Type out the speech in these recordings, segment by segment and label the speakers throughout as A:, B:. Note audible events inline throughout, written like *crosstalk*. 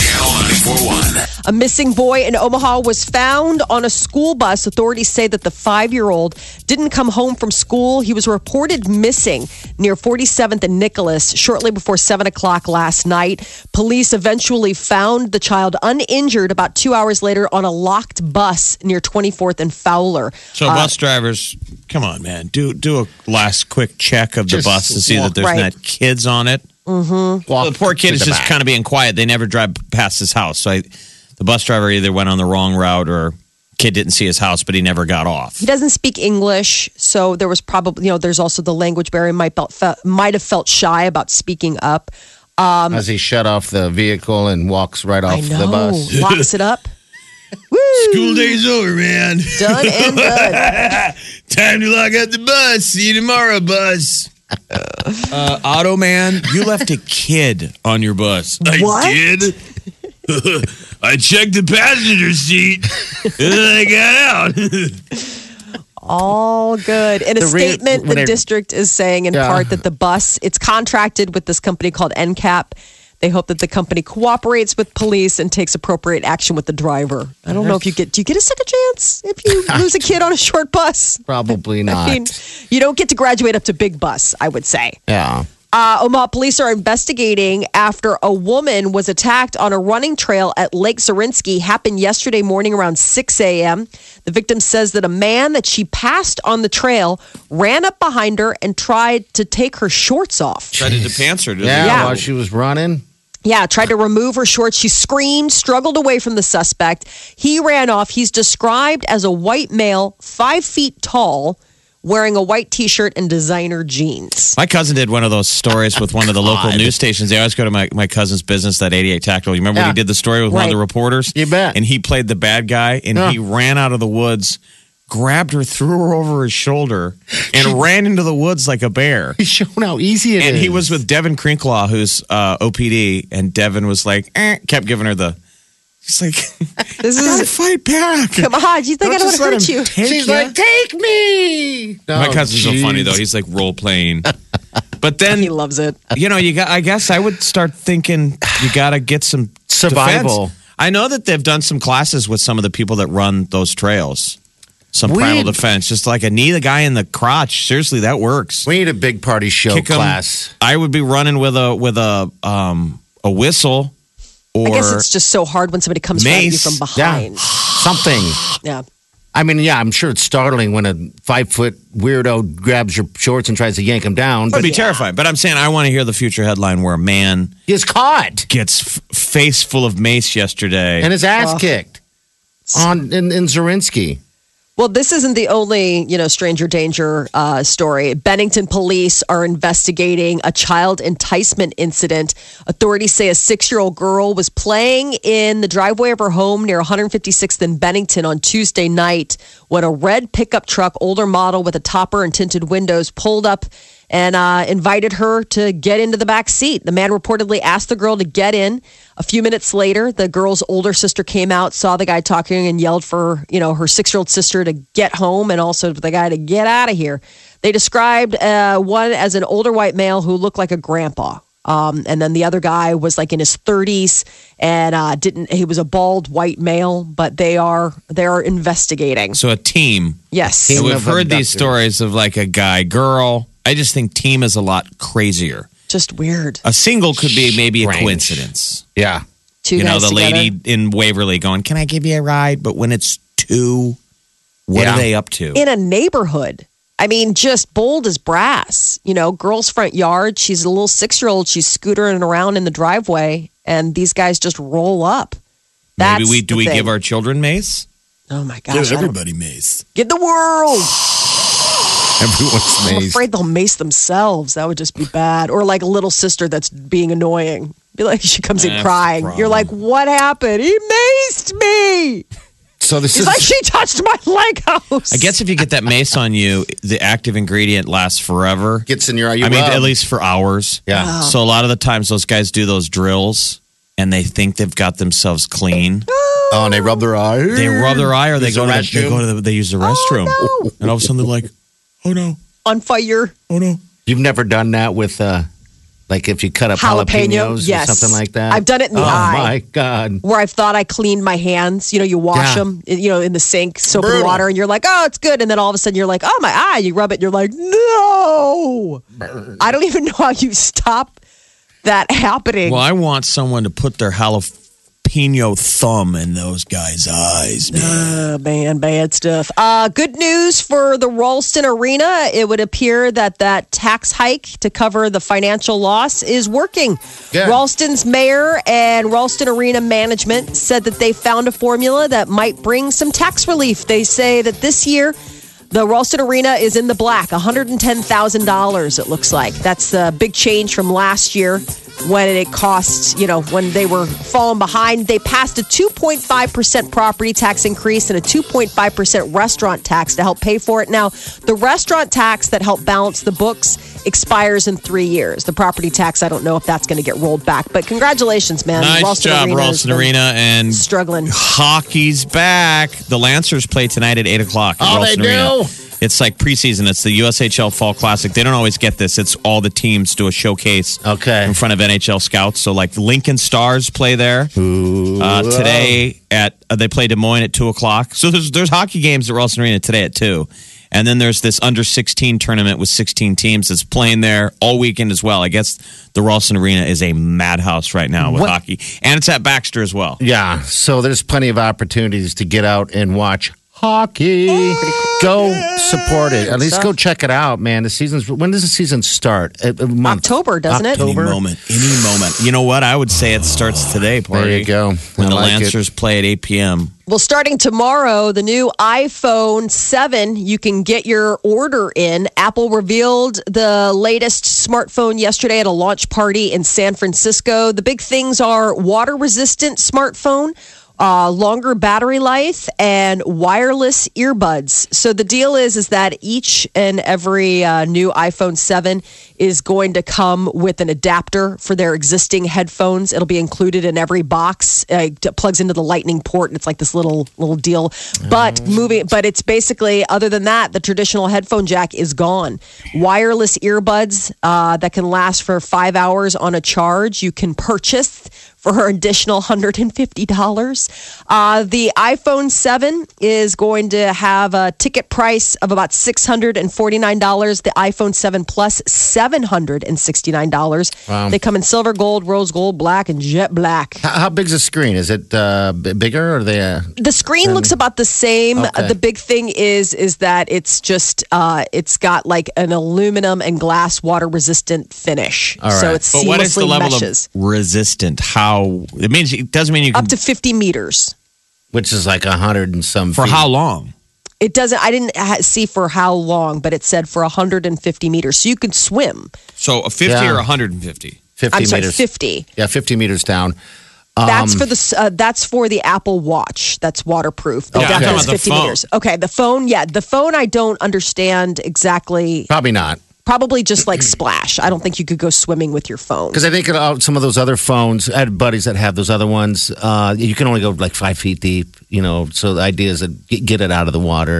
A: Channel 941.
B: A missing boy in Omaha was found on a school bus. Authorities say that the five year old didn't come home from school. He was reported missing near 47th and Nicholas shortly before 7 o'clock last night. Police eventually found the child uninjured about two hours later on a locked bus near 24th and Fowler.
C: So
D: Uh,
C: bus drivers, come on, man, do do a last quick check of the
D: Just
C: bus to see that
D: walk-
C: there's
B: Right.
C: not kids on it.
D: Walk
C: The poor kid
D: to
C: is
D: the
C: just
D: back.
C: kind of being quiet. They never drive past his house. So I, the bus driver either went on the wrong route or kid didn't see his house, but he never got off.
B: He doesn't speak English, so there was probably, you know, there's also the language barrier. Might, felt, fe- might have felt shy about speaking up.
D: as he shut off the vehicle and walks right off
B: I know.
D: the bus.
B: Locks it
D: *laughs*
B: up.
C: School day's over, man.
B: Done and done.
C: Time to lock up the bus. See you tomorrow, bus. Uh, Auto man, you left a kid on your bus.
B: What?
C: did. *laughs* I checked the passenger seat *laughs* and then I got out. *laughs*
B: All good. In a
D: The re-
B: statement,
D: when
B: the
D: I-
B: district is saying in
D: Yeah.
B: part that the bus, it's contracted with this company called NCAP. They hope that the company cooperates with police and takes appropriate action with the driver. I don't know if you get, do you get a second chance if
D: *laughs*
B: you lose a kid on a short bus?
D: Probably
B: *laughs*
D: not.
B: I mean, you don't get to graduate up to big bus, I would say.
D: yeah.
B: Uh, Omaha police are investigating after a woman was attacked on a running trail at Lake Zerinsky. Happened yesterday morning around 6 a.m. The victim says that a man that she passed on the trail ran up behind her and tried to take her shorts off.
C: Tried to pants her.
D: yeah.
B: Yeah.
D: While she was running,
B: Yeah, tried to remove her shorts. She screamed, struggled away from the suspect. He ran off. He's described as a white male, five feet tall, wearing a white t shirt and designer jeans.
C: My cousin did one of those stories with one of the local news stations. They always go to my, my cousin's business, that 88 Tactical. You remember when he
D: Yeah.
C: did the story with one of the
B: Right.
C: reporters?
D: You bet.
C: And he played the bad guy and he ran out of the woods, grabbed her, threw her over his shoulder, and ran into the woods like a bear.
D: he's showing how easy it is.
C: And he was with Devin Crinklaw, who's uh, OPD, and Devin was like, eh, kept giving her the. He's like,
B: This
C: "I gotta
B: is
C: fight back.
B: come on. You think I don't want
C: just
B: to
C: let
B: hurt
C: him
B: you?
C: take
D: She's
C: ya."
D: like, take me.
C: my
D: Oh,
C: cousin's
D: geez.
C: so funny though. He's like role playing.
B: *laughs*
C: But
B: He
C: then
B: loves it.
C: you know, you got. I guess I would start thinking you got to get some
D: Survival.
C: defense. I know that they've done some classes with some of the people that run those trails. Some
D: We-
C: primal defense, just like a knee the guy in the crotch. Seriously, that works.
D: We need a big party show
C: Kick 'em.
D: class.
C: I would be running with a with a um a whistle or
B: I guess it's just so hard when somebody comes at you
C: Mace.
B: from behind.
D: Something.
B: Yeah.
D: I mean, yeah, I'm sure it's startling when a five foot weirdo grabs your shorts and tries to yank them down.
C: That'd
D: But
C: be terrifying. But I'm saying I want to hear the future headline where a man
D: he is caught
C: gets f- face full of mace yesterday.
D: and his ass kicked on in, in Zerinsky.
B: Well, this isn't the only, you know, stranger danger uh, story. Bennington police are investigating a child enticement incident. Authorities say a six-year-old girl was playing in the driveway of her home near 156th and Bennington on Tuesday night when a red pickup truck, older model with a topper and tinted windows, pulled up and uh, invited her to get into the back seat. The man reportedly asked the girl to get in. A few minutes later, the girl's older sister came out, saw the guy talking, and yelled for you know her six-year-old sister to get home and also for the guy to get out of here. They described uh, one as an older white male who looked like a grandpa. Um, and then the other guy was like in his 30s and uh, didn't. He was a bald white male, but they are they are investigating.
C: so a team
B: Yes,
C: And we've
D: of
C: heard these
D: abductors.
C: stories of like a guy, girl. I just think team is a lot crazier.
B: just weird.
C: A single could be maybe a
D: Strange.
C: coincidence.
D: Yeah.
C: *laughs*
B: Two
C: you know,
B: guys
C: the
B: together.
C: lady in Waverly going, Can I give you a ride? But when it's two, what
D: Yeah.
C: are they up to?
B: in a neighborhood. I mean, just bold as brass. You know, girl's front yard. She's a little six year old. She's scootering around in the driveway, and these guys just roll up. That's
C: maybe we do
B: the
C: we
B: thing.
C: give our children mace?
B: Oh my gosh! I don't-
C: mace. *sighs*
B: Give the world.
D: Everyone's
B: I'm
D: amazed.
B: afraid they'll mace themselves. That would just be bad. Or like a little sister that's being annoying. Be like she comes in
C: That's the
B: crying. You're like, what happened? He maced me.
D: So
C: *laughs*
D: this
B: He's
D: is
B: like, she touched my *laughs* leg house.
C: I
B: *gasps*
C: guess if you get that mace on you, the active ingredient lasts forever.
D: gets in your eye. You
C: I mean,
D: rub.
C: at least for hours.
D: Yeah.
B: Oh.
C: So a lot of the times, those guys do those drills, and they think they've got themselves clean.
D: Oh, and they rub their eye.
C: They rub their eye, or they
D: Use
C: go,
D: the
C: to the, they
D: restroom.
C: go to the, they use the
B: Oh,
C: restroom, and all of a sudden they're like, "Oh no,
B: on fire.
C: oh no."
D: You've never done that with, uh, like, if you cut up
B: Jalapeno,
D: jalapenos
B: yes.
D: or something like that.
B: I've done it in the
D: oh,
B: eye.
D: my god!
B: Where I've thought I cleaned my hands, you know, you wash
D: Yeah.
B: them, you know, in the sink, soap and
D: Brutal.
B: water, and you're like, oh, it's good. And then all of a sudden you're like, oh, my eye. You rub it, and you're like, no. I don't even know how you stop that happening.
C: Well, I want someone to put their jalapeno thumb in those guys' eyes, man.
B: Uh, man, bad stuff. Uh, good news for the Ralston Arena. It would appear that that tax hike to cover the financial loss is working.
D: Good.
B: Ralston's mayor and Ralston Arena management said that they found a formula that might bring some tax relief. They say that this year, the Ralston Arena is in the black, $110,000, it looks like. That's a big change from last year when it cost, you know, when they were falling behind. They passed a 2.5% property tax increase and a 2.5% restaurant tax to help pay for it. Now, the restaurant tax that helped balance the books expires in three years. The property tax, I don't know if that's going to get rolled back, but congratulations, man.
C: Nice job,
B: Arena has
C: Ralston
B: been
C: Arena, and
B: Struggling.
C: hockey's back. The Lancers play tonight at eight o'clock. at
D: Oh,
C: Ralston
D: they
C: Arena.
D: do?
C: It's like preseason. It's the USHL Fall Classic. They don't always get this. It's all the teams do a showcase.
D: Okay.
C: In front of NHL scouts. So like the Lincoln Stars play there uh, today at uh, they play Des Moines at two o'clock. So there's there's hockey games at Ralston Arena today at two. And then there's this under 16 tournament with 16 teams that's playing there all weekend as well. I guess the Ralston Arena is a madhouse right now with
D: What-
C: hockey. And it's at Baxter as well.
D: Yeah. So there's plenty of opportunities to get out and watch hockey. Go support it. At least go check it out, man. The season's when does the season start? A, a month.
B: October, doesn't it?
D: October.
C: Any moment. Any moment. You know what? I would say it starts today, party.
D: There you go.
C: When
D: I
C: the
D: like it.
C: Lancers play at 8 p.m.
B: Well, starting tomorrow, the new iPhone 7, you can get your order in. Apple revealed the latest smartphone yesterday at a launch party in San Francisco. The big things are water resistant smartphone, uh, longer battery life, and wireless earbuds. So the deal is is that each and every uh, new iPhone 7 is going to come with an adapter for their existing headphones. It'll be included in every box. Uh, it plugs into the lightning port, and it's like this little little deal. But moving, but it's basically other than that, the traditional headphone jack is gone. Wireless earbuds uh, that can last for five hours on a charge. You can purchase for an additional $150. Uh, the iPhone 7 is going to have a ticket price of about $649. The iPhone 7 Plus, $769. They come in silver, gold, rose gold, black, and jet black.
D: How, how big's the screen? Is it uh, b- bigger or they? Uh,
B: The screen looks about the same. Uh,
D: Okay.
B: The big thing is is that it's just uh, it's got like an aluminum and glass water resistant finish. So
D: right.
B: it's
C: But
B: seamlessly
C: what is the level
B: meshes.
C: of resistant? How it means it doesn't mean you can
B: up to 50 meters.
D: which is like a hundred and some.
C: for
D: feet.
C: how long?
B: It doesn't. I didn't ha- see for how long, but it said for 150 meters, so you can swim.
C: So a 50
D: Yeah.
C: or 150?
D: Fifty
B: I'm sorry,
D: meters. Um,
B: 50.
D: Yeah, fifty meters down.
B: that's for the s- uh, that's for the Apple Watch. That's waterproof. The
C: Yeah, I'm
B: adapter
C: talking
B: is
C: about the
B: 50
C: phone.
B: meters. Okay, the phone. Yeah, the phone. I don't understand exactly.
D: Probably not.
B: Probably just like splash. I don't think you could go swimming with your phone.
D: Because I think uh, some of those other phones, I had buddies that have those other ones. Uh, you can only go like five feet deep, you know. So the idea is to get get it out of the water.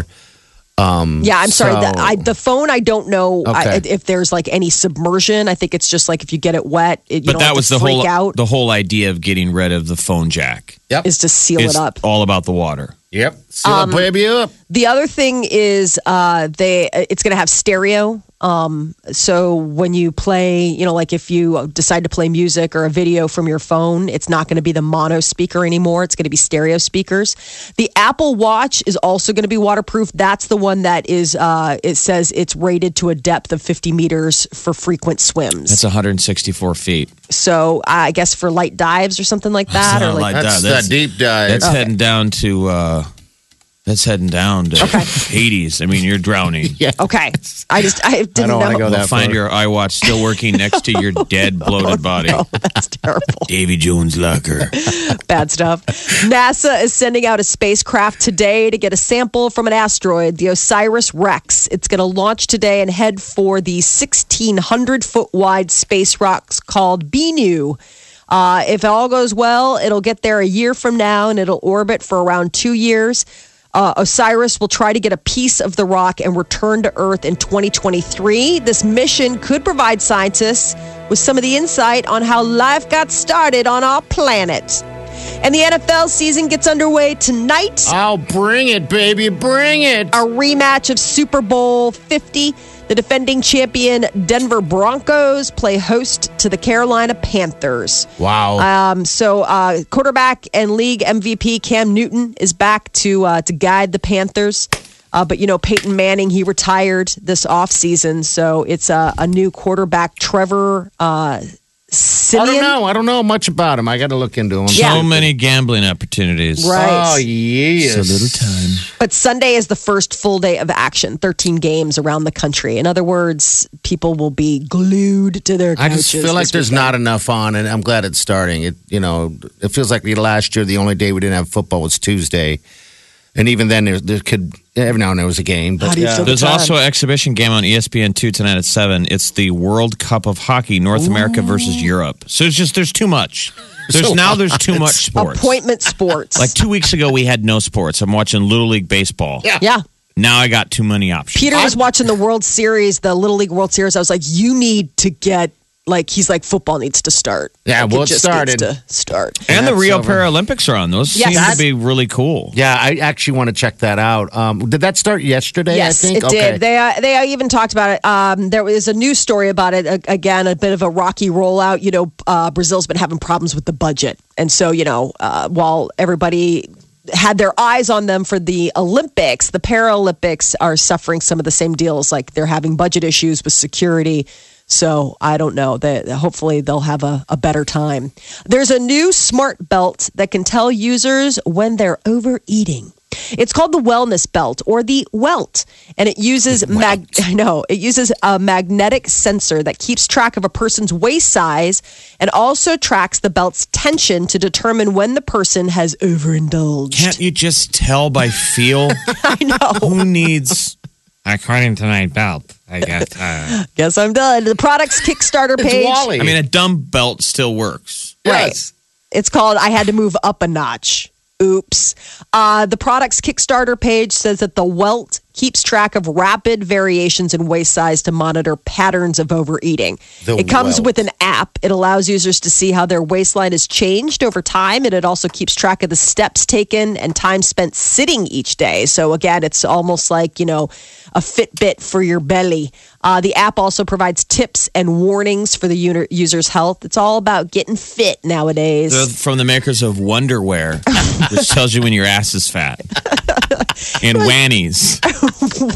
B: Yeah, I'm sorry. The,
D: So-
B: I, the phone. I don't know I,
D: Okay.
B: if there's like any submersion. I think it's just like if you get it wet, it, you
C: but
B: don't
C: that
B: have
C: was
B: to
C: the
B: freak
C: whole
B: out.
C: the whole idea of getting rid of the phone jack.
D: Yep.
B: is to seal
C: It's
B: it up.
C: all about the water.
D: Yep. Seal
C: um,
D: it, baby up.
B: The other thing is uh, they it's going to have stereo. Um, so when you play, you know, like if you decide to play music or a video from your phone, it's not going to be the mono speaker anymore. It's going to be stereo speakers. The Apple Watch is also going to be waterproof. That's the one that is. Uh, it says it's rated to a depth of 50 meters for frequent swims.
C: That's 164 feet.
B: so I guess for light dives or something like that,
C: That's
B: or
C: not
B: like
C: like-
D: That's
C: Yeah, that's-
D: that deep dive.
C: That's heading down to uh, That's heading down to 80s. I mean, you're drowning.
D: *laughs*
B: Okay. I just I didn't
D: I don't want to
B: know. *laughs*
D: go
C: We'll
D: that
C: find
D: far.
C: your iWatch still working next to your dead, bloated body.
B: Oh, No, that's terrible.
C: Davy
B: *laughs*
C: Jones' locker.
B: Bad stuff. NASA is sending out a spacecraft today to get a sample from an asteroid, the OSIRIS REx. It's going to launch today and head for the 1,600 foot wide space rocks called Bennu. Uh, if all goes well, it'll get there a year from now and it'll orbit for around two years. Uh, OSIRIS will try to get a piece of the rock and return to Earth in 2023. This mission could provide scientists with some of the insight on how life got started on our planet. And the NFL season gets underway tonight.
D: I'll bring it, baby. Bring it.
B: A rematch of Super Bowl 50. The defending champion Denver Broncos play host to the Carolina Panthers.
D: Wow.
B: Um, so uh, quarterback and league MVP Cam Newton is back to uh, to guide the Panthers. Uh, but you know Peyton Manning he retired this offseason, so it's uh, a new quarterback Trevor uh,
D: I don't
B: Simeon.
D: know. I don't know much about him. I got to look into him.
B: Yeah.
C: So many gambling opportunities.
B: Right.
D: Oh yes.
C: time.
B: But Sunday is the first full day of action, 13 games around the country. In other words, people will be glued to their
D: I
B: couches.
D: just feel like
B: this
D: there's
B: weekend.
D: not enough on, and I'm glad it's starting. It you know it feels like the last year the only day we didn't have football was Tuesday, and even then there, there could every now and there was a game. But yeah.
C: There's also an exhibition game on E ESPN2 tonight at 7. It's the World Cup of Hockey, North America versus Europe. So it's just, there's
B: *laughs*
C: too much. There's
D: So
C: now there's too much sports.
D: *laughs*
B: appointment sports.
C: Like two weeks ago, we had no sports. I'm watching Little League Baseball.
B: yeah.
C: Now I got too many options.
B: Peter was watching the World Series, the Little League World Series. I was like, you need to get, like, he's like, football needs to start.
D: Yeah,
B: like,
D: well,
B: it
D: it
B: just
D: started.
B: Needs to start.
C: and the
D: That's
C: Rio
D: over.
C: Paralympics are on. Those
B: Yes.
C: seem to be really cool.
D: yeah, I actually want to check that out. Um, did that start yesterday?
B: Yes,
D: I think?
B: it did. They uh, they uh, even talked about it. Um, there was a news story about it. A- again, a bit of a rocky rollout. You know, uh, Brazil's been having problems with the budget, and so you know, uh, while everybody had their eyes on them for the Olympics, the Paralympics are suffering some of the same deals. Like they're having budget issues with security. So I don't know that hopefully they'll have a, a better time. There's a new smart belt that can tell users when they're overeating. It's called the wellness belt or the welt, and it uses mag- *laughs* I know it uses a magnetic sensor that keeps track of a person's waist size and also tracks the belt's tension to determine when the person has overindulged.
C: Can't you just tell by feel?
B: *laughs* I know.
C: Who needs?
E: According to my belt, I guess. Uh,
B: Guess I'm done. The product's Kickstarter
D: *laughs* It's
B: page.
D: Wally.
C: I mean, a dumb belt still works.
B: Right.
D: Yes.
B: It's called I Had to Move Up a Notch. Oops. Uh, the product's Kickstarter page says that the welt keeps track of rapid variations in waist size to monitor patterns of overeating.
D: The
B: it comes
D: Welt.
B: with an app. It allows users to see how their waistline has changed over time, and it also keeps track of the steps taken and time spent sitting each day. So, again, it's almost like, you know, a Fitbit for your belly. Uh, the app also provides tips and warnings for the user- user's health. It's all about getting fit nowadays.
C: They're from the makers of
E: *laughs*
C: Wonderwear, which tells you when your ass is fat. And
E: *laughs*
C: wannies,
B: *laughs*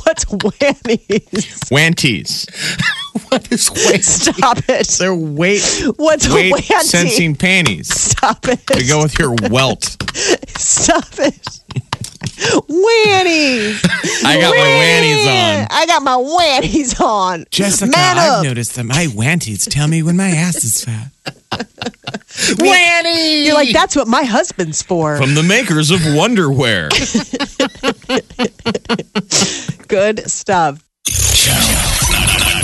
B: What's whammies?
C: wanties. *laughs*
D: what is waste?
B: Stop it.
C: They're weight
B: What's
C: weight
B: wanty?
C: sensing panties
B: Stop it.
C: to go with your welt.
B: Stop
C: *laughs*
B: it. Whammies.
C: I got my wannies on.
B: I got my wannies on.
E: Jessica,
B: Man
E: I've
B: up.
E: noticed that my wanties tell me when my ass is fat.
D: Wanny.
B: You're like, that's what my husband's for.
C: From the makers of Wonderwear.
B: Good stuff.
A: Channel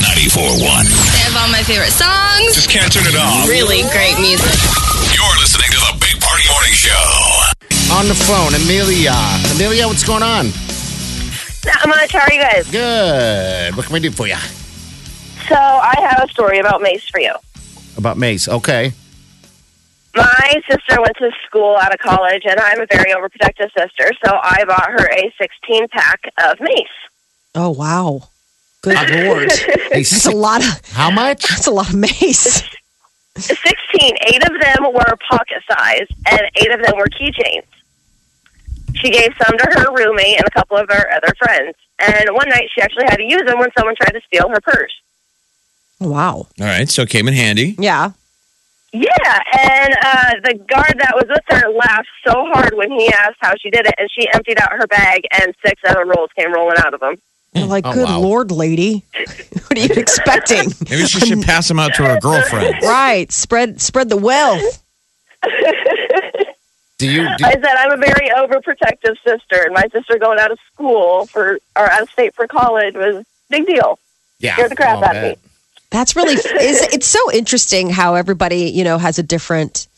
A: 941.
F: They have all my favorite songs.
A: Just can't turn it off.
F: Really great music.
A: You're listening to the Big Party Morning Show.
D: on the phone, Amelia. Amelia, what's going on?
G: Not much. How are you guys?
D: Good. What can we do for you
G: So I have a story about Mace for you.
D: about Mace? Okay.
G: My sister went to school out of college, and I'm a very overprotective sister, so I bought her a 16 pack of Mace.
B: Oh wow. Good lord.
D: Hey,
B: That's a lot of
D: how much?
B: that's a lot of mace.
G: 16. Eight of them were pocket size, and eight of them were keychains. She gave some to her roommate and a couple of her other friends. And one night, she actually had to use them when someone tried to steal her purse.
B: Wow.
C: All right, so it came in handy.
B: Yeah.
G: Yeah, and uh, the guard that was with her laughed so hard when he asked how she did it, and she emptied out her bag, and six other rolls came rolling out of them.
B: I'm like,
D: Oh,
B: good
D: wow.
B: lord, lady, *laughs* what are you
C: *laughs*
B: expecting?
C: Maybe she
E: *laughs*
C: should pass them out to her girlfriend.
B: right, spread spread the wealth.
D: Do you? Do,
G: I said, I'm a very overprotective sister, and my sister going out of school for or out of state for college was big deal.
D: yeah. uh,
G: Scared the crap
D: I'll
G: out of
D: bet.
G: me.
B: That's really is it's so interesting how everybody you know has a different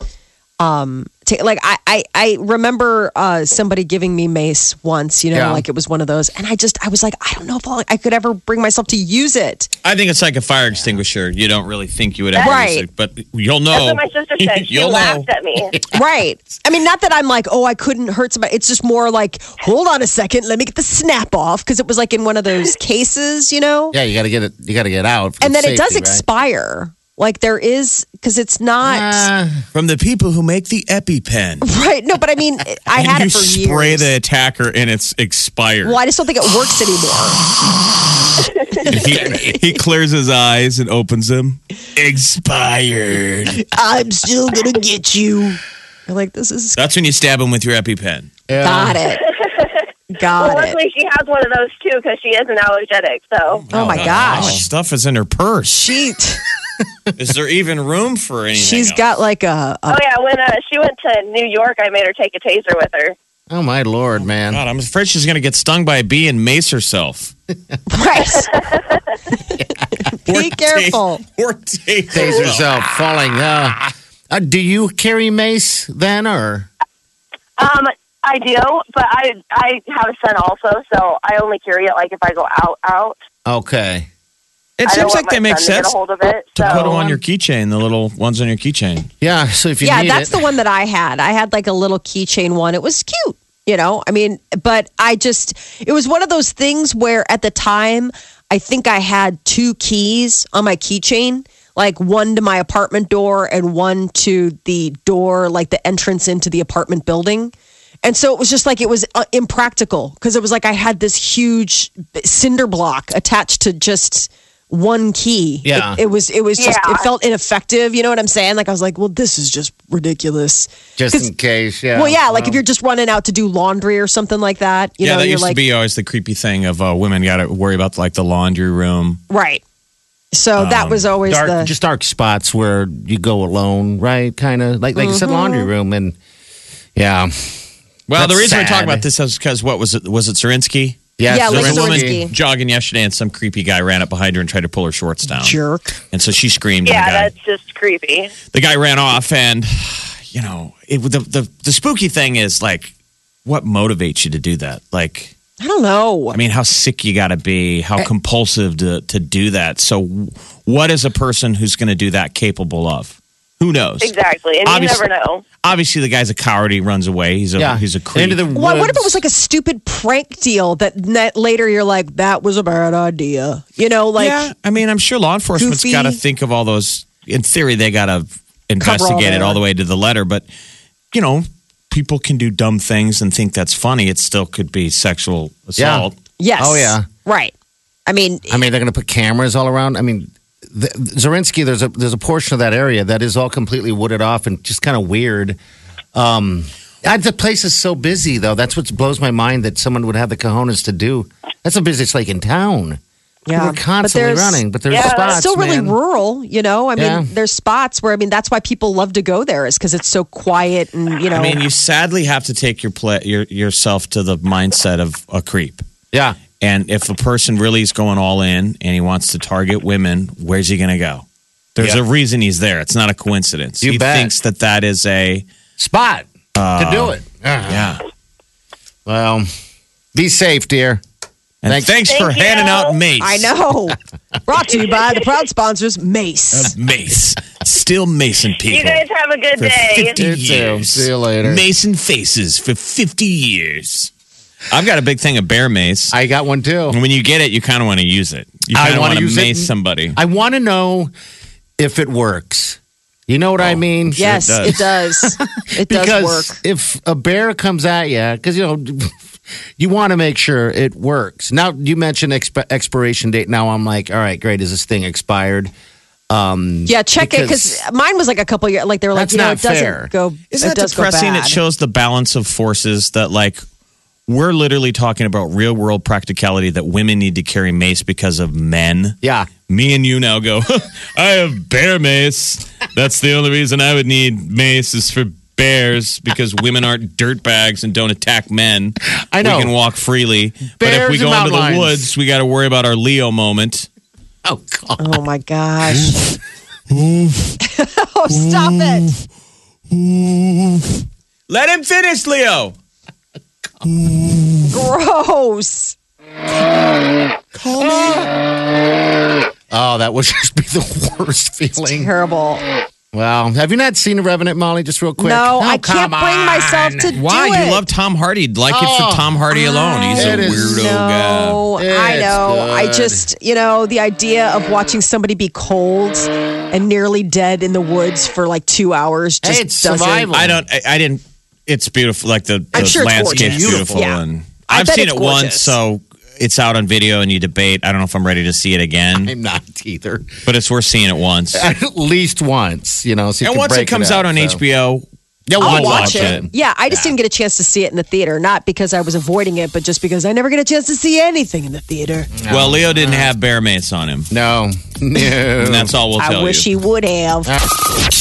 B: um ta- like I, I I remember uh somebody giving me mace once you know
D: Yeah.
B: like it was one of those and I just I was like I don't know if I'll, I could ever bring myself to use it
C: I think it's like a fire extinguisher. You don't really think you would ever
B: Right.
C: use it, but you'll
G: That's
C: know.
G: what my
C: *laughs*
G: sister said. She
C: Oh. you'll know.
G: laughed
C: *laughs*
G: at me.
B: right I mean not that I'm like oh I couldn't hurt somebody it's just more like hold on a second let me get the snap off because it was like in one of those cases you know
D: Yeah, you got to get it. You got to get out. for
B: and then it does
D: safety, right?
B: expire like there is because it's not
D: Ah,
C: From the people who make the EpiPen.
B: *laughs* right no but I mean I
C: *laughs* and
B: had
C: you
B: it for
C: spray
B: years
C: the attacker and it's expired.
B: well I just don't think it works anymore.
C: He, he clears his eyes and opens them. Expired.
B: I'm still gonna get you. You're like, this is
C: That's when you stab him with your EpiPen.
D: yeah.
B: got it.
G: Well,
B: Got it.
G: luckily, she has one of those too because she is an allergic. So
B: Oh my
G: Ah.
C: Wow,
B: gosh.
C: stuff is in her
G: *laughs*
C: purse.
B: She
C: Is there even room for anything?
B: she's
C: else?
B: got like a,
G: oh
B: a
G: yeah, when uh, she went to New York, I made her take a taser with her.
D: Oh my lord, man.
C: God, I'm afraid she's going to get stung by a bee and mace herself.
B: *laughs* right. Be
C: *laughs*
B: careful.
C: Or taser.
D: Phase yourself falling. Uh, uh, do you carry mace then, or
G: Um, I do, but I I have a son also, so I only carry it like if I go out out.
D: okay?
C: It
G: I don't
C: seems
G: want
C: like they
G: my
C: make
G: son to get
C: sense
G: a hold of it.
C: to
G: so.
C: put them on your keychain, the little ones on your keychain.
D: Yeah. So if you
B: Yeah,
D: need
B: that's
D: it,
B: the one that I had. I had like a little keychain one. It was cute, you know? I mean, but I just, it was one of those things where at the time, I think I had two keys on my keychain, like one to my apartment door and one to the door, like the entrance into the apartment building. And so it was just like it was uh, impractical because it was like I had this huge cinder block attached to just one key.
D: Yeah.
B: It, it was it was just
G: Yeah.
B: it felt ineffective. You know what I'm saying? Like I was like, well, this is just ridiculous.
D: just
B: 'cause-
D: in case. Yeah.
B: well, yeah, like if you're just running out to do laundry or something like that, you
C: yeah,
B: know,
C: that
B: you're
C: used
B: like
C: to be always the creepy thing of uh, women got to worry about like the laundry room.
B: right. So that was always
D: um, dark,
B: the
D: just dark spots where you go alone, right? Kind of like like you said,
B: Mm-hmm.
D: laundry room, and yeah,
C: Well, the
D: That's
C: reason we talk
D: sad.
C: about this is because what was it? Was it Zerinsky?
B: Yeah, like
C: There
D: it's risky.
C: was a
B: Zorinsky.
C: woman jogging yesterday, and some creepy guy ran up behind her and tried to pull her shorts
D: um,
C: down.
B: jerk.
C: And so she screamed.
G: yeah,
C: and the guy,
G: that's just creepy.
C: the guy ran off, and *sighs* you know, it, the the the spooky thing is like, what motivates you to do that? Like,
B: I don't know.
C: I mean, how sick you got to be, how compulsive to to do that. So, what is a person who's going to do that capable of? Who knows?
G: Exactly, and
C: Obviously-
G: you never know.
C: Obviously, the guy's a coward. He runs away. He's a
D: Yeah,
C: he's a creep.
D: Into the
B: Why, what if it
D: woods.
B: was like a stupid prank deal that net later you're like, that was a bad idea? You know, like
C: yeah, I mean, I'm sure law enforcement's
B: goofy-
C: got to think of all those. In theory, they got to investigate it
B: that.
C: all the way to the letter. But you know, people can do dumb things and think that's funny. It still could be sexual assault.
B: yes.
D: Oh, yeah.
B: Right. I mean
D: I mean, they're going to put cameras all around. I mean, the, Zorinsky, there's a there's a portion of that area that is all completely wooded off and just kind of weird. Um, I, the place is so busy though. That's what blows my mind that someone would have the cojones to do. That's the busiest lake in town.
B: Yeah.
D: we're
B: But
D: constantly
B: there's-
D: running, but there's
G: Yeah,
D: spots.
G: that's
B: still really
D: man.
B: rural, you know. I mean,
D: Yeah.
B: there's spots where I mean that's why people love to go there is because it's so quiet and you know.
C: I mean, you sadly have to take your play, your yourself to the mindset of a creep.
D: Yeah,
C: And if a person really is going all in and he wants to target women, where's he going to go? There's
D: Yeah.
C: a reason he's there. It's not a coincidence.
D: You
C: he
D: bet.
C: thinks that that is a
D: spot to do it. Ah,
C: yeah.
D: Well, be safe, dear.
C: And
D: Thanks.
C: thanks, for
G: Thank
C: handing
G: you.
C: out mace.
B: I *laughs* know. Brought to you by the proud sponsors, Mace.
C: Mace. Still Mason people.
G: You guys have a good
C: for *laughs*
G: day.
C: 50
D: You too.
C: years.
D: See you later.
C: Mason faces for 50 years. I've got a big thing of bear mace.
D: I got one too.
C: and when you get it, you kind of want to use it. You
D: I
C: kind of
D: wanna
C: want to
D: use it.
C: mace somebody.
D: I want to know if it works. You know what I mean?
B: Yes,
C: does.
B: it does.
D: *laughs*
B: It does,
D: because
B: work.
D: if a bear comes at you, because you know, *laughs* you want to make sure it works. Now you mentioned exp- expiration date. Now I'm like, all right, great. Is this thing expired?
B: Yeah, check it 'cause
D: Because-
B: it because mine was like a couple years. Like they were like,
D: That's
B: you know,
D: not
B: it doesn't
D: fair.
B: go.
C: Isn't
B: it
C: that
B: does go
C: depressing? It
B: bad.
C: shows the balance of forces that, like, we're literally talking about real world practicality that women need to carry mace because of men.
D: Yeah.
C: Me and you now go, *laughs* I have bear mace. That's the only reason I would need mace is for bears because women aren't dirtbags and don't attack men.
D: I know.
C: We can walk freely. but if
D: Bears
C: we
D: and
C: go into
D: mountain
C: the
D: lions.
C: woods, we got to worry about our Leo moment.
D: Oh, God.
B: Oh my
D: *laughs*
B: gosh. oh, stop
D: Mm.
B: it.
C: Let him finish, Leo.
B: Gross.
D: Oh, that would *laughs* just be the worst feeling.
B: Terrible.
D: Wow. Have you not seen The Revenant, Molly? Just real quick.
B: No,
D: Oh,
B: I can't
D: come
B: bring myself
D: on.
B: to do
C: Why?
B: it.
C: You love Tom Hardy. Like it for Tom Hardy alone. He's a
D: It is
C: weirdo guy.
B: No, I
D: It's
B: know. I
D: good.
B: just, you know, the idea of watching somebody be cold and nearly dead in the woods for like two hours
D: Hey,
B: just
D: it's
B: doesn't.
D: survival.
C: I don't. I, I didn't. It's beautiful. Like the, the
B: I'm sure it's
C: landscape's
B: gorgeous.
C: beautiful,
B: Yeah.
C: and
B: I
C: I've
B: bet
C: seen
B: it's
C: it once,
B: gorgeous.
C: so it's out on video, and you debate. I don't know if I'm ready to see it again,
D: I'm not either.
C: but it's worth seeing it once.
D: At least once, you know. So Uh, you
C: and
D: can
C: once it
D: break
C: comes
D: up,
C: out on
D: so.
C: HBO,
D: yeah,
C: I'll
D: we'll
C: watch it.
B: Yeah, I just didn't get a chance to see it in the theater, not because I was avoiding it, but just because I never get a chance to see anything in the theater.
C: well, Leo didn't have bear mace on him,
D: No, no.
C: and *laughs* that's all we'll
B: I
C: tell
B: wish
C: you.
B: he would have.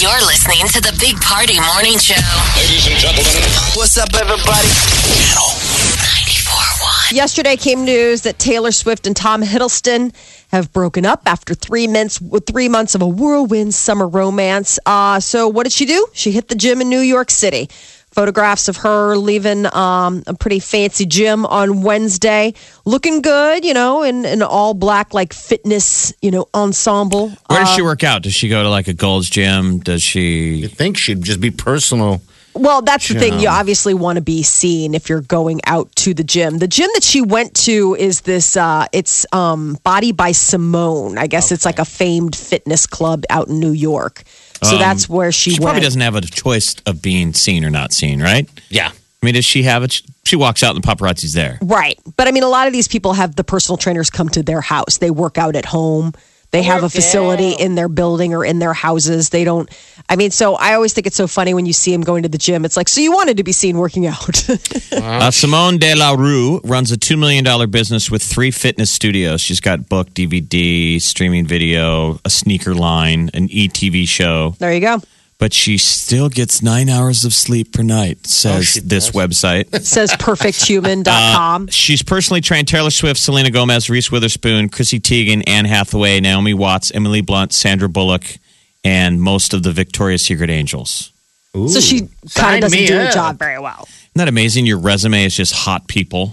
H: You're listening to the Big Party Morning Show.
A: Ladies and gentlemen,
I: What's up, everybody?
A: channel
H: 94.1.
B: Yesterday came news that Taylor Swift and Tom Hiddleston have broken up after three months three months of a whirlwind summer romance. Uh, so what did she do? She hit the gym in New York City. Photographs of her leaving um, a pretty fancy gym on Wednesday, looking good, you know, in an all black like fitness, you know, ensemble.
C: Where does she work out? Does she go to like a Gold's Gym? Does she?
D: I think she'd just be personal.
B: Well, that's the thing. You obviously want to be seen if you're going out to the gym. The gym that she went to is this. Uh, it's um, Body by Simone. I guess it's like a famed fitness club out in New York. So that's where she,
C: Um, She
B: went.
C: probably doesn't have a choice of being seen or not seen, right?
D: Yeah.
C: I mean, does she have it? She walks out, and the paparazzi's there.
B: Right, but I mean, a lot of these people have the personal trainers come to their house. They work out at home. They have a facility in their building or in their houses. They don't. I mean, so I always think it's so funny when you see them going to the gym. It's like, so you wanted to be seen working out. *laughs*
C: Uh, Simone de la Rue runs a $2 million business with three fitness studios. She's got book, DVD, streaming video, a sneaker line, an ETV show,
B: there you go.
C: but she still gets nine hours of sleep per night, says
B: *laughs*
C: this website.
B: says
C: Uh,
B: perfecthuman.com.
C: She's personally trained Taylor Swift, Selena Gomez, Reese Witherspoon, Chrissy Teigen, Anne Hathaway, Naomi Watts, Emily Blunt, Sandra Bullock, and most of the Victoria's Secret Angels.
B: so she kind
D: sign
B: of doesn't
D: me
B: do her
D: up.
B: job very well.
C: Isn't that amazing? Your resume is just hot people.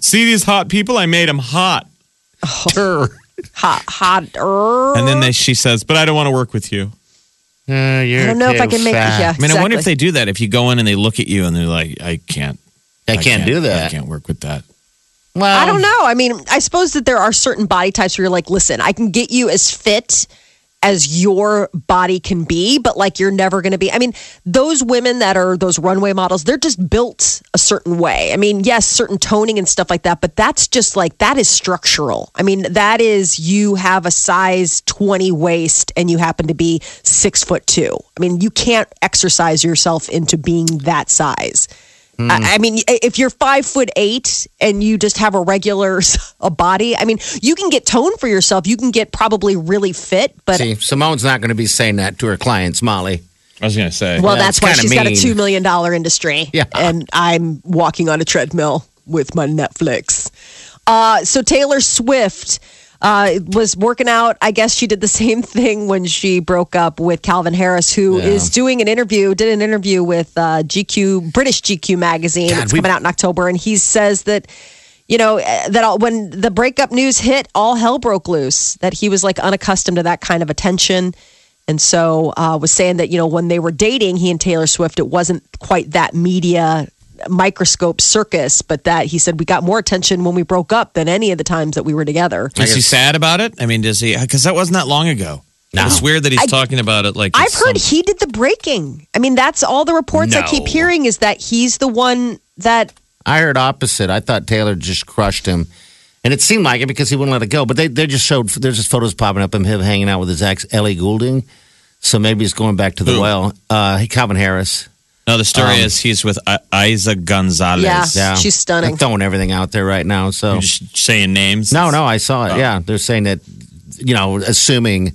C: See these hot people? I made them hot.
D: Sure.
B: Hot, hotter.
C: And then they, she says, but I don't want to work with you.
D: Uh, you're
B: I don't know if I can make. Yeah,
C: I mean, I wonder if
B: exactly.
C: they do that. If you go in and they look at you and they're like, "I can't,
D: I can't, do
C: I
D: that.
C: can't work with that."
D: Well,
B: I don't know. I mean, I suppose that there are certain body types where you're like, listen, I can get you as fit as your body can be, but like you're never going to be. I mean, those women that are those runway models, they're just built a certain way. I mean, yes, certain toning and stuff like that, but that's just like that is structural. I mean, that is you have a size 20 waist and you happen to be six foot two. I mean, you can't exercise yourself into being that size. I I mean, i- if you're five foot eight and you just have a regular *laughs* s- a body, I mean, you can get tone for yourself. You can get probably really fit, but
D: See, Simone's not going to be saying that to her clients, Molly.
C: I was gonna say,
B: well,
D: yeah,
B: that's
D: it's
B: why
D: kinda
B: she's got a
D: mean.
B: two million dollar industry.
D: Yeah.
B: and I'm walking on a treadmill with my Netflix. Uh, so Taylor Swift uh, was working out. I guess she did the *laughs* same thing when she broke up with Calvin Harris, who is doing an interview. Did an interview with uh, GQ British GQ magazine.
D: God,
B: it's
D: we-
B: coming out in October, and he says that. You know eh, that all, when the breakup news hit, all hell broke loose. That he was like unaccustomed to that kind of attention, and so uh, was saying that you know when they were dating, he and Taylor Swift, it wasn't quite that media microscope circus, but that he said we got more attention when we broke up than any of the times that we were together.
C: is he sad about it? I mean, does he? Because that wasn't that long ago. It's weird that he's talking about it. Like
B: I've
C: it's
B: heard
C: some-
B: he did the breaking. I mean, that's all the reports I keep
D: No.
B: hearing is that he's the one that
D: I heard opposite. I thought Taylor just crushed him. And it seemed like it because he wouldn't let it go. But they, they just showed, there's just photos popping up of him hanging out with his ex, Ellie Goulding. So maybe he's going back to the
C: Who?
D: well. Uh, he- Calvin Harris.
C: No, the story
D: Um,
C: is he's with I- Isa Gonzalez.
B: Yeah. She's stunning.
D: They're throwing everything out there right now. So
C: You're just saying names.
D: No, no, I saw it. Yeah, they're saying that, you know, assuming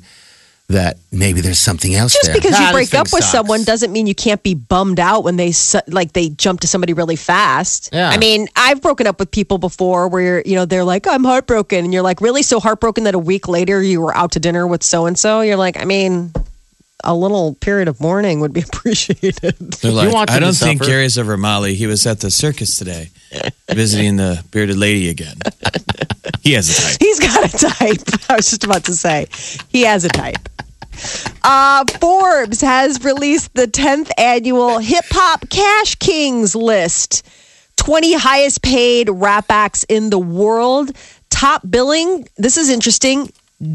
D: that maybe there's something else
B: Just
D: there.
B: because
D: Ah,
B: you
D: this
B: break
D: thing
B: up with
D: sucks.
B: someone doesn't mean you can't be bummed out when they su- like they jump to somebody really fast.
D: Yeah.
B: I mean, I've broken up with people before where you know they're like, "I'm heartbroken," and you're like, "Really? So heartbroken that a week later you were out to dinner with so and so?" You're like, "I mean, a little period of mourning would be *laughs* appreciated."
C: They're like,
D: want
C: I
D: them to
C: don't think
D: suffer."
C: Gary's over Molly. He was at the circus today
D: *laughs*
C: visiting the bearded lady again. he has a type.
B: He's got a type. *laughs* I was just about to say he has a type. Uh, Forbes has released the 10th annual Hip Hop Cash Kings list 20 highest paid rap acts in the world. Top billing, this is interesting.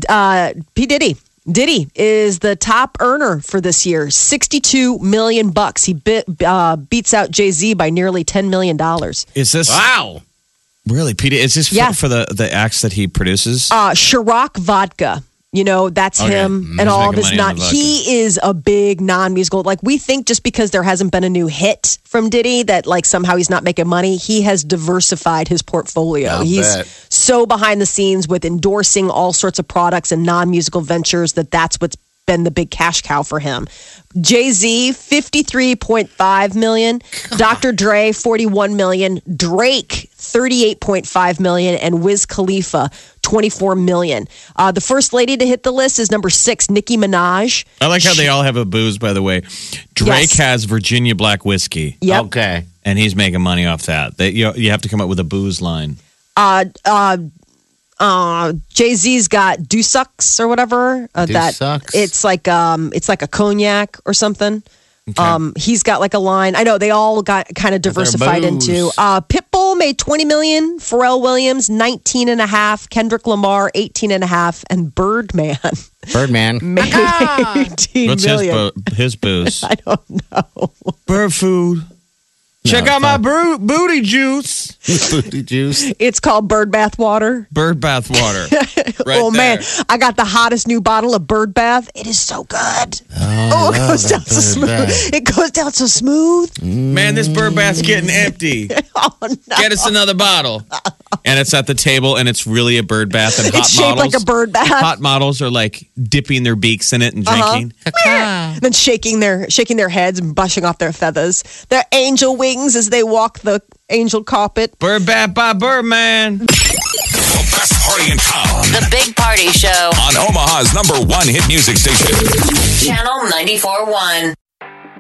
B: Uh, P. Diddy. Diddy is the top earner for this year, 62 million bucks. He bit, uh, beats out Jay Z by nearly 10 million dollars.
C: Is this
D: Wow.
C: really Peter? Is this for,
B: Yeah.
C: for the, the acts that he produces?
B: uh Chirac Vodka. You know, that's
C: Okay.
B: him and
C: Mm, he's
B: all of
C: making
B: his
C: money on
B: not.
C: the vodka.
B: He is a big non musical. Like, we think just because there hasn't been a new hit from Diddy that, like, somehow he's not making money. He has diversified his portfolio.
D: I'll
B: he's
D: bet.
B: so behind the scenes with endorsing all sorts of products and non musical ventures that that's what's been the big cash cow for him. Jay Z, 53.5 million. Dr. Dre, 41 million. Drake, 38.5 million. And Wiz Khalifa, 24 million. Uh, the first lady to hit the list is number six, Nicki Minaj.
C: I like how they all have a booze, by the way. Drake
B: Yes.
C: has Virginia Black whiskey,
B: Yep.
D: Okay.
C: and he's making money off that. That you, you have to come up with a booze line.
B: Uh, uh, uh, Jay Z's got Dusucks or whatever. Uh, that
D: Deuce-Ucks?
B: it's like um, it's like a cognac or something. Um, he's got like a line. I know they all got kind of diversified into.
D: booze.
B: Uh, Pitbull made 20 million, Pharrell Williams 19 and a half, Kendrick Lamar 18 and a half, and Birdman *laughs*
D: Birdman. *laughs*
B: made 18
C: Ah! What's his,
B: million.
C: bo-
B: *laughs*
C: his booze?
B: I don't know.
C: Bird food. Check out my bru- booty juice.
D: Booty juice.
B: It's called bird bath water.
C: Bird
B: *laughs*
C: bath water. Right
B: oh man,
C: there.
B: I got the hottest new bottle of bird bath. It is so good. Oh, it goes down so smooth. It goes down so smooth.
C: Man, this bird bath's getting empty.
B: Oh no.
C: Get us another bottle. And it's at the table, and it's really a bird bath. And hot
B: It's shaped
C: models,
B: like a bird bath. *laughs* Uh-huh.
C: Hot models are like dipping their beaks in it and drinking.
B: then shaking their shaking their heads and brushing off their feathers, their angel wings as they walk the angel carpet.
C: Bird bath by Birdman.
A: The best party in town
H: The Big Party Show.
A: on Omaha's number one hit music station.
H: Channel 94.1.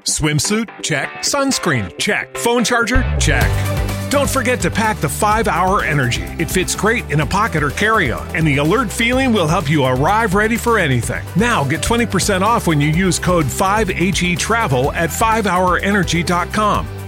I: Swimsuit? Check. Sunscreen? Check. Phone charger? Check. Don't forget to pack the 5 Hour Energy. It fits great in a pocket or carry on, and the alert feeling will help you arrive ready for anything. Now get 20% off when you use code 5HE Travel at 5hourenergy.com.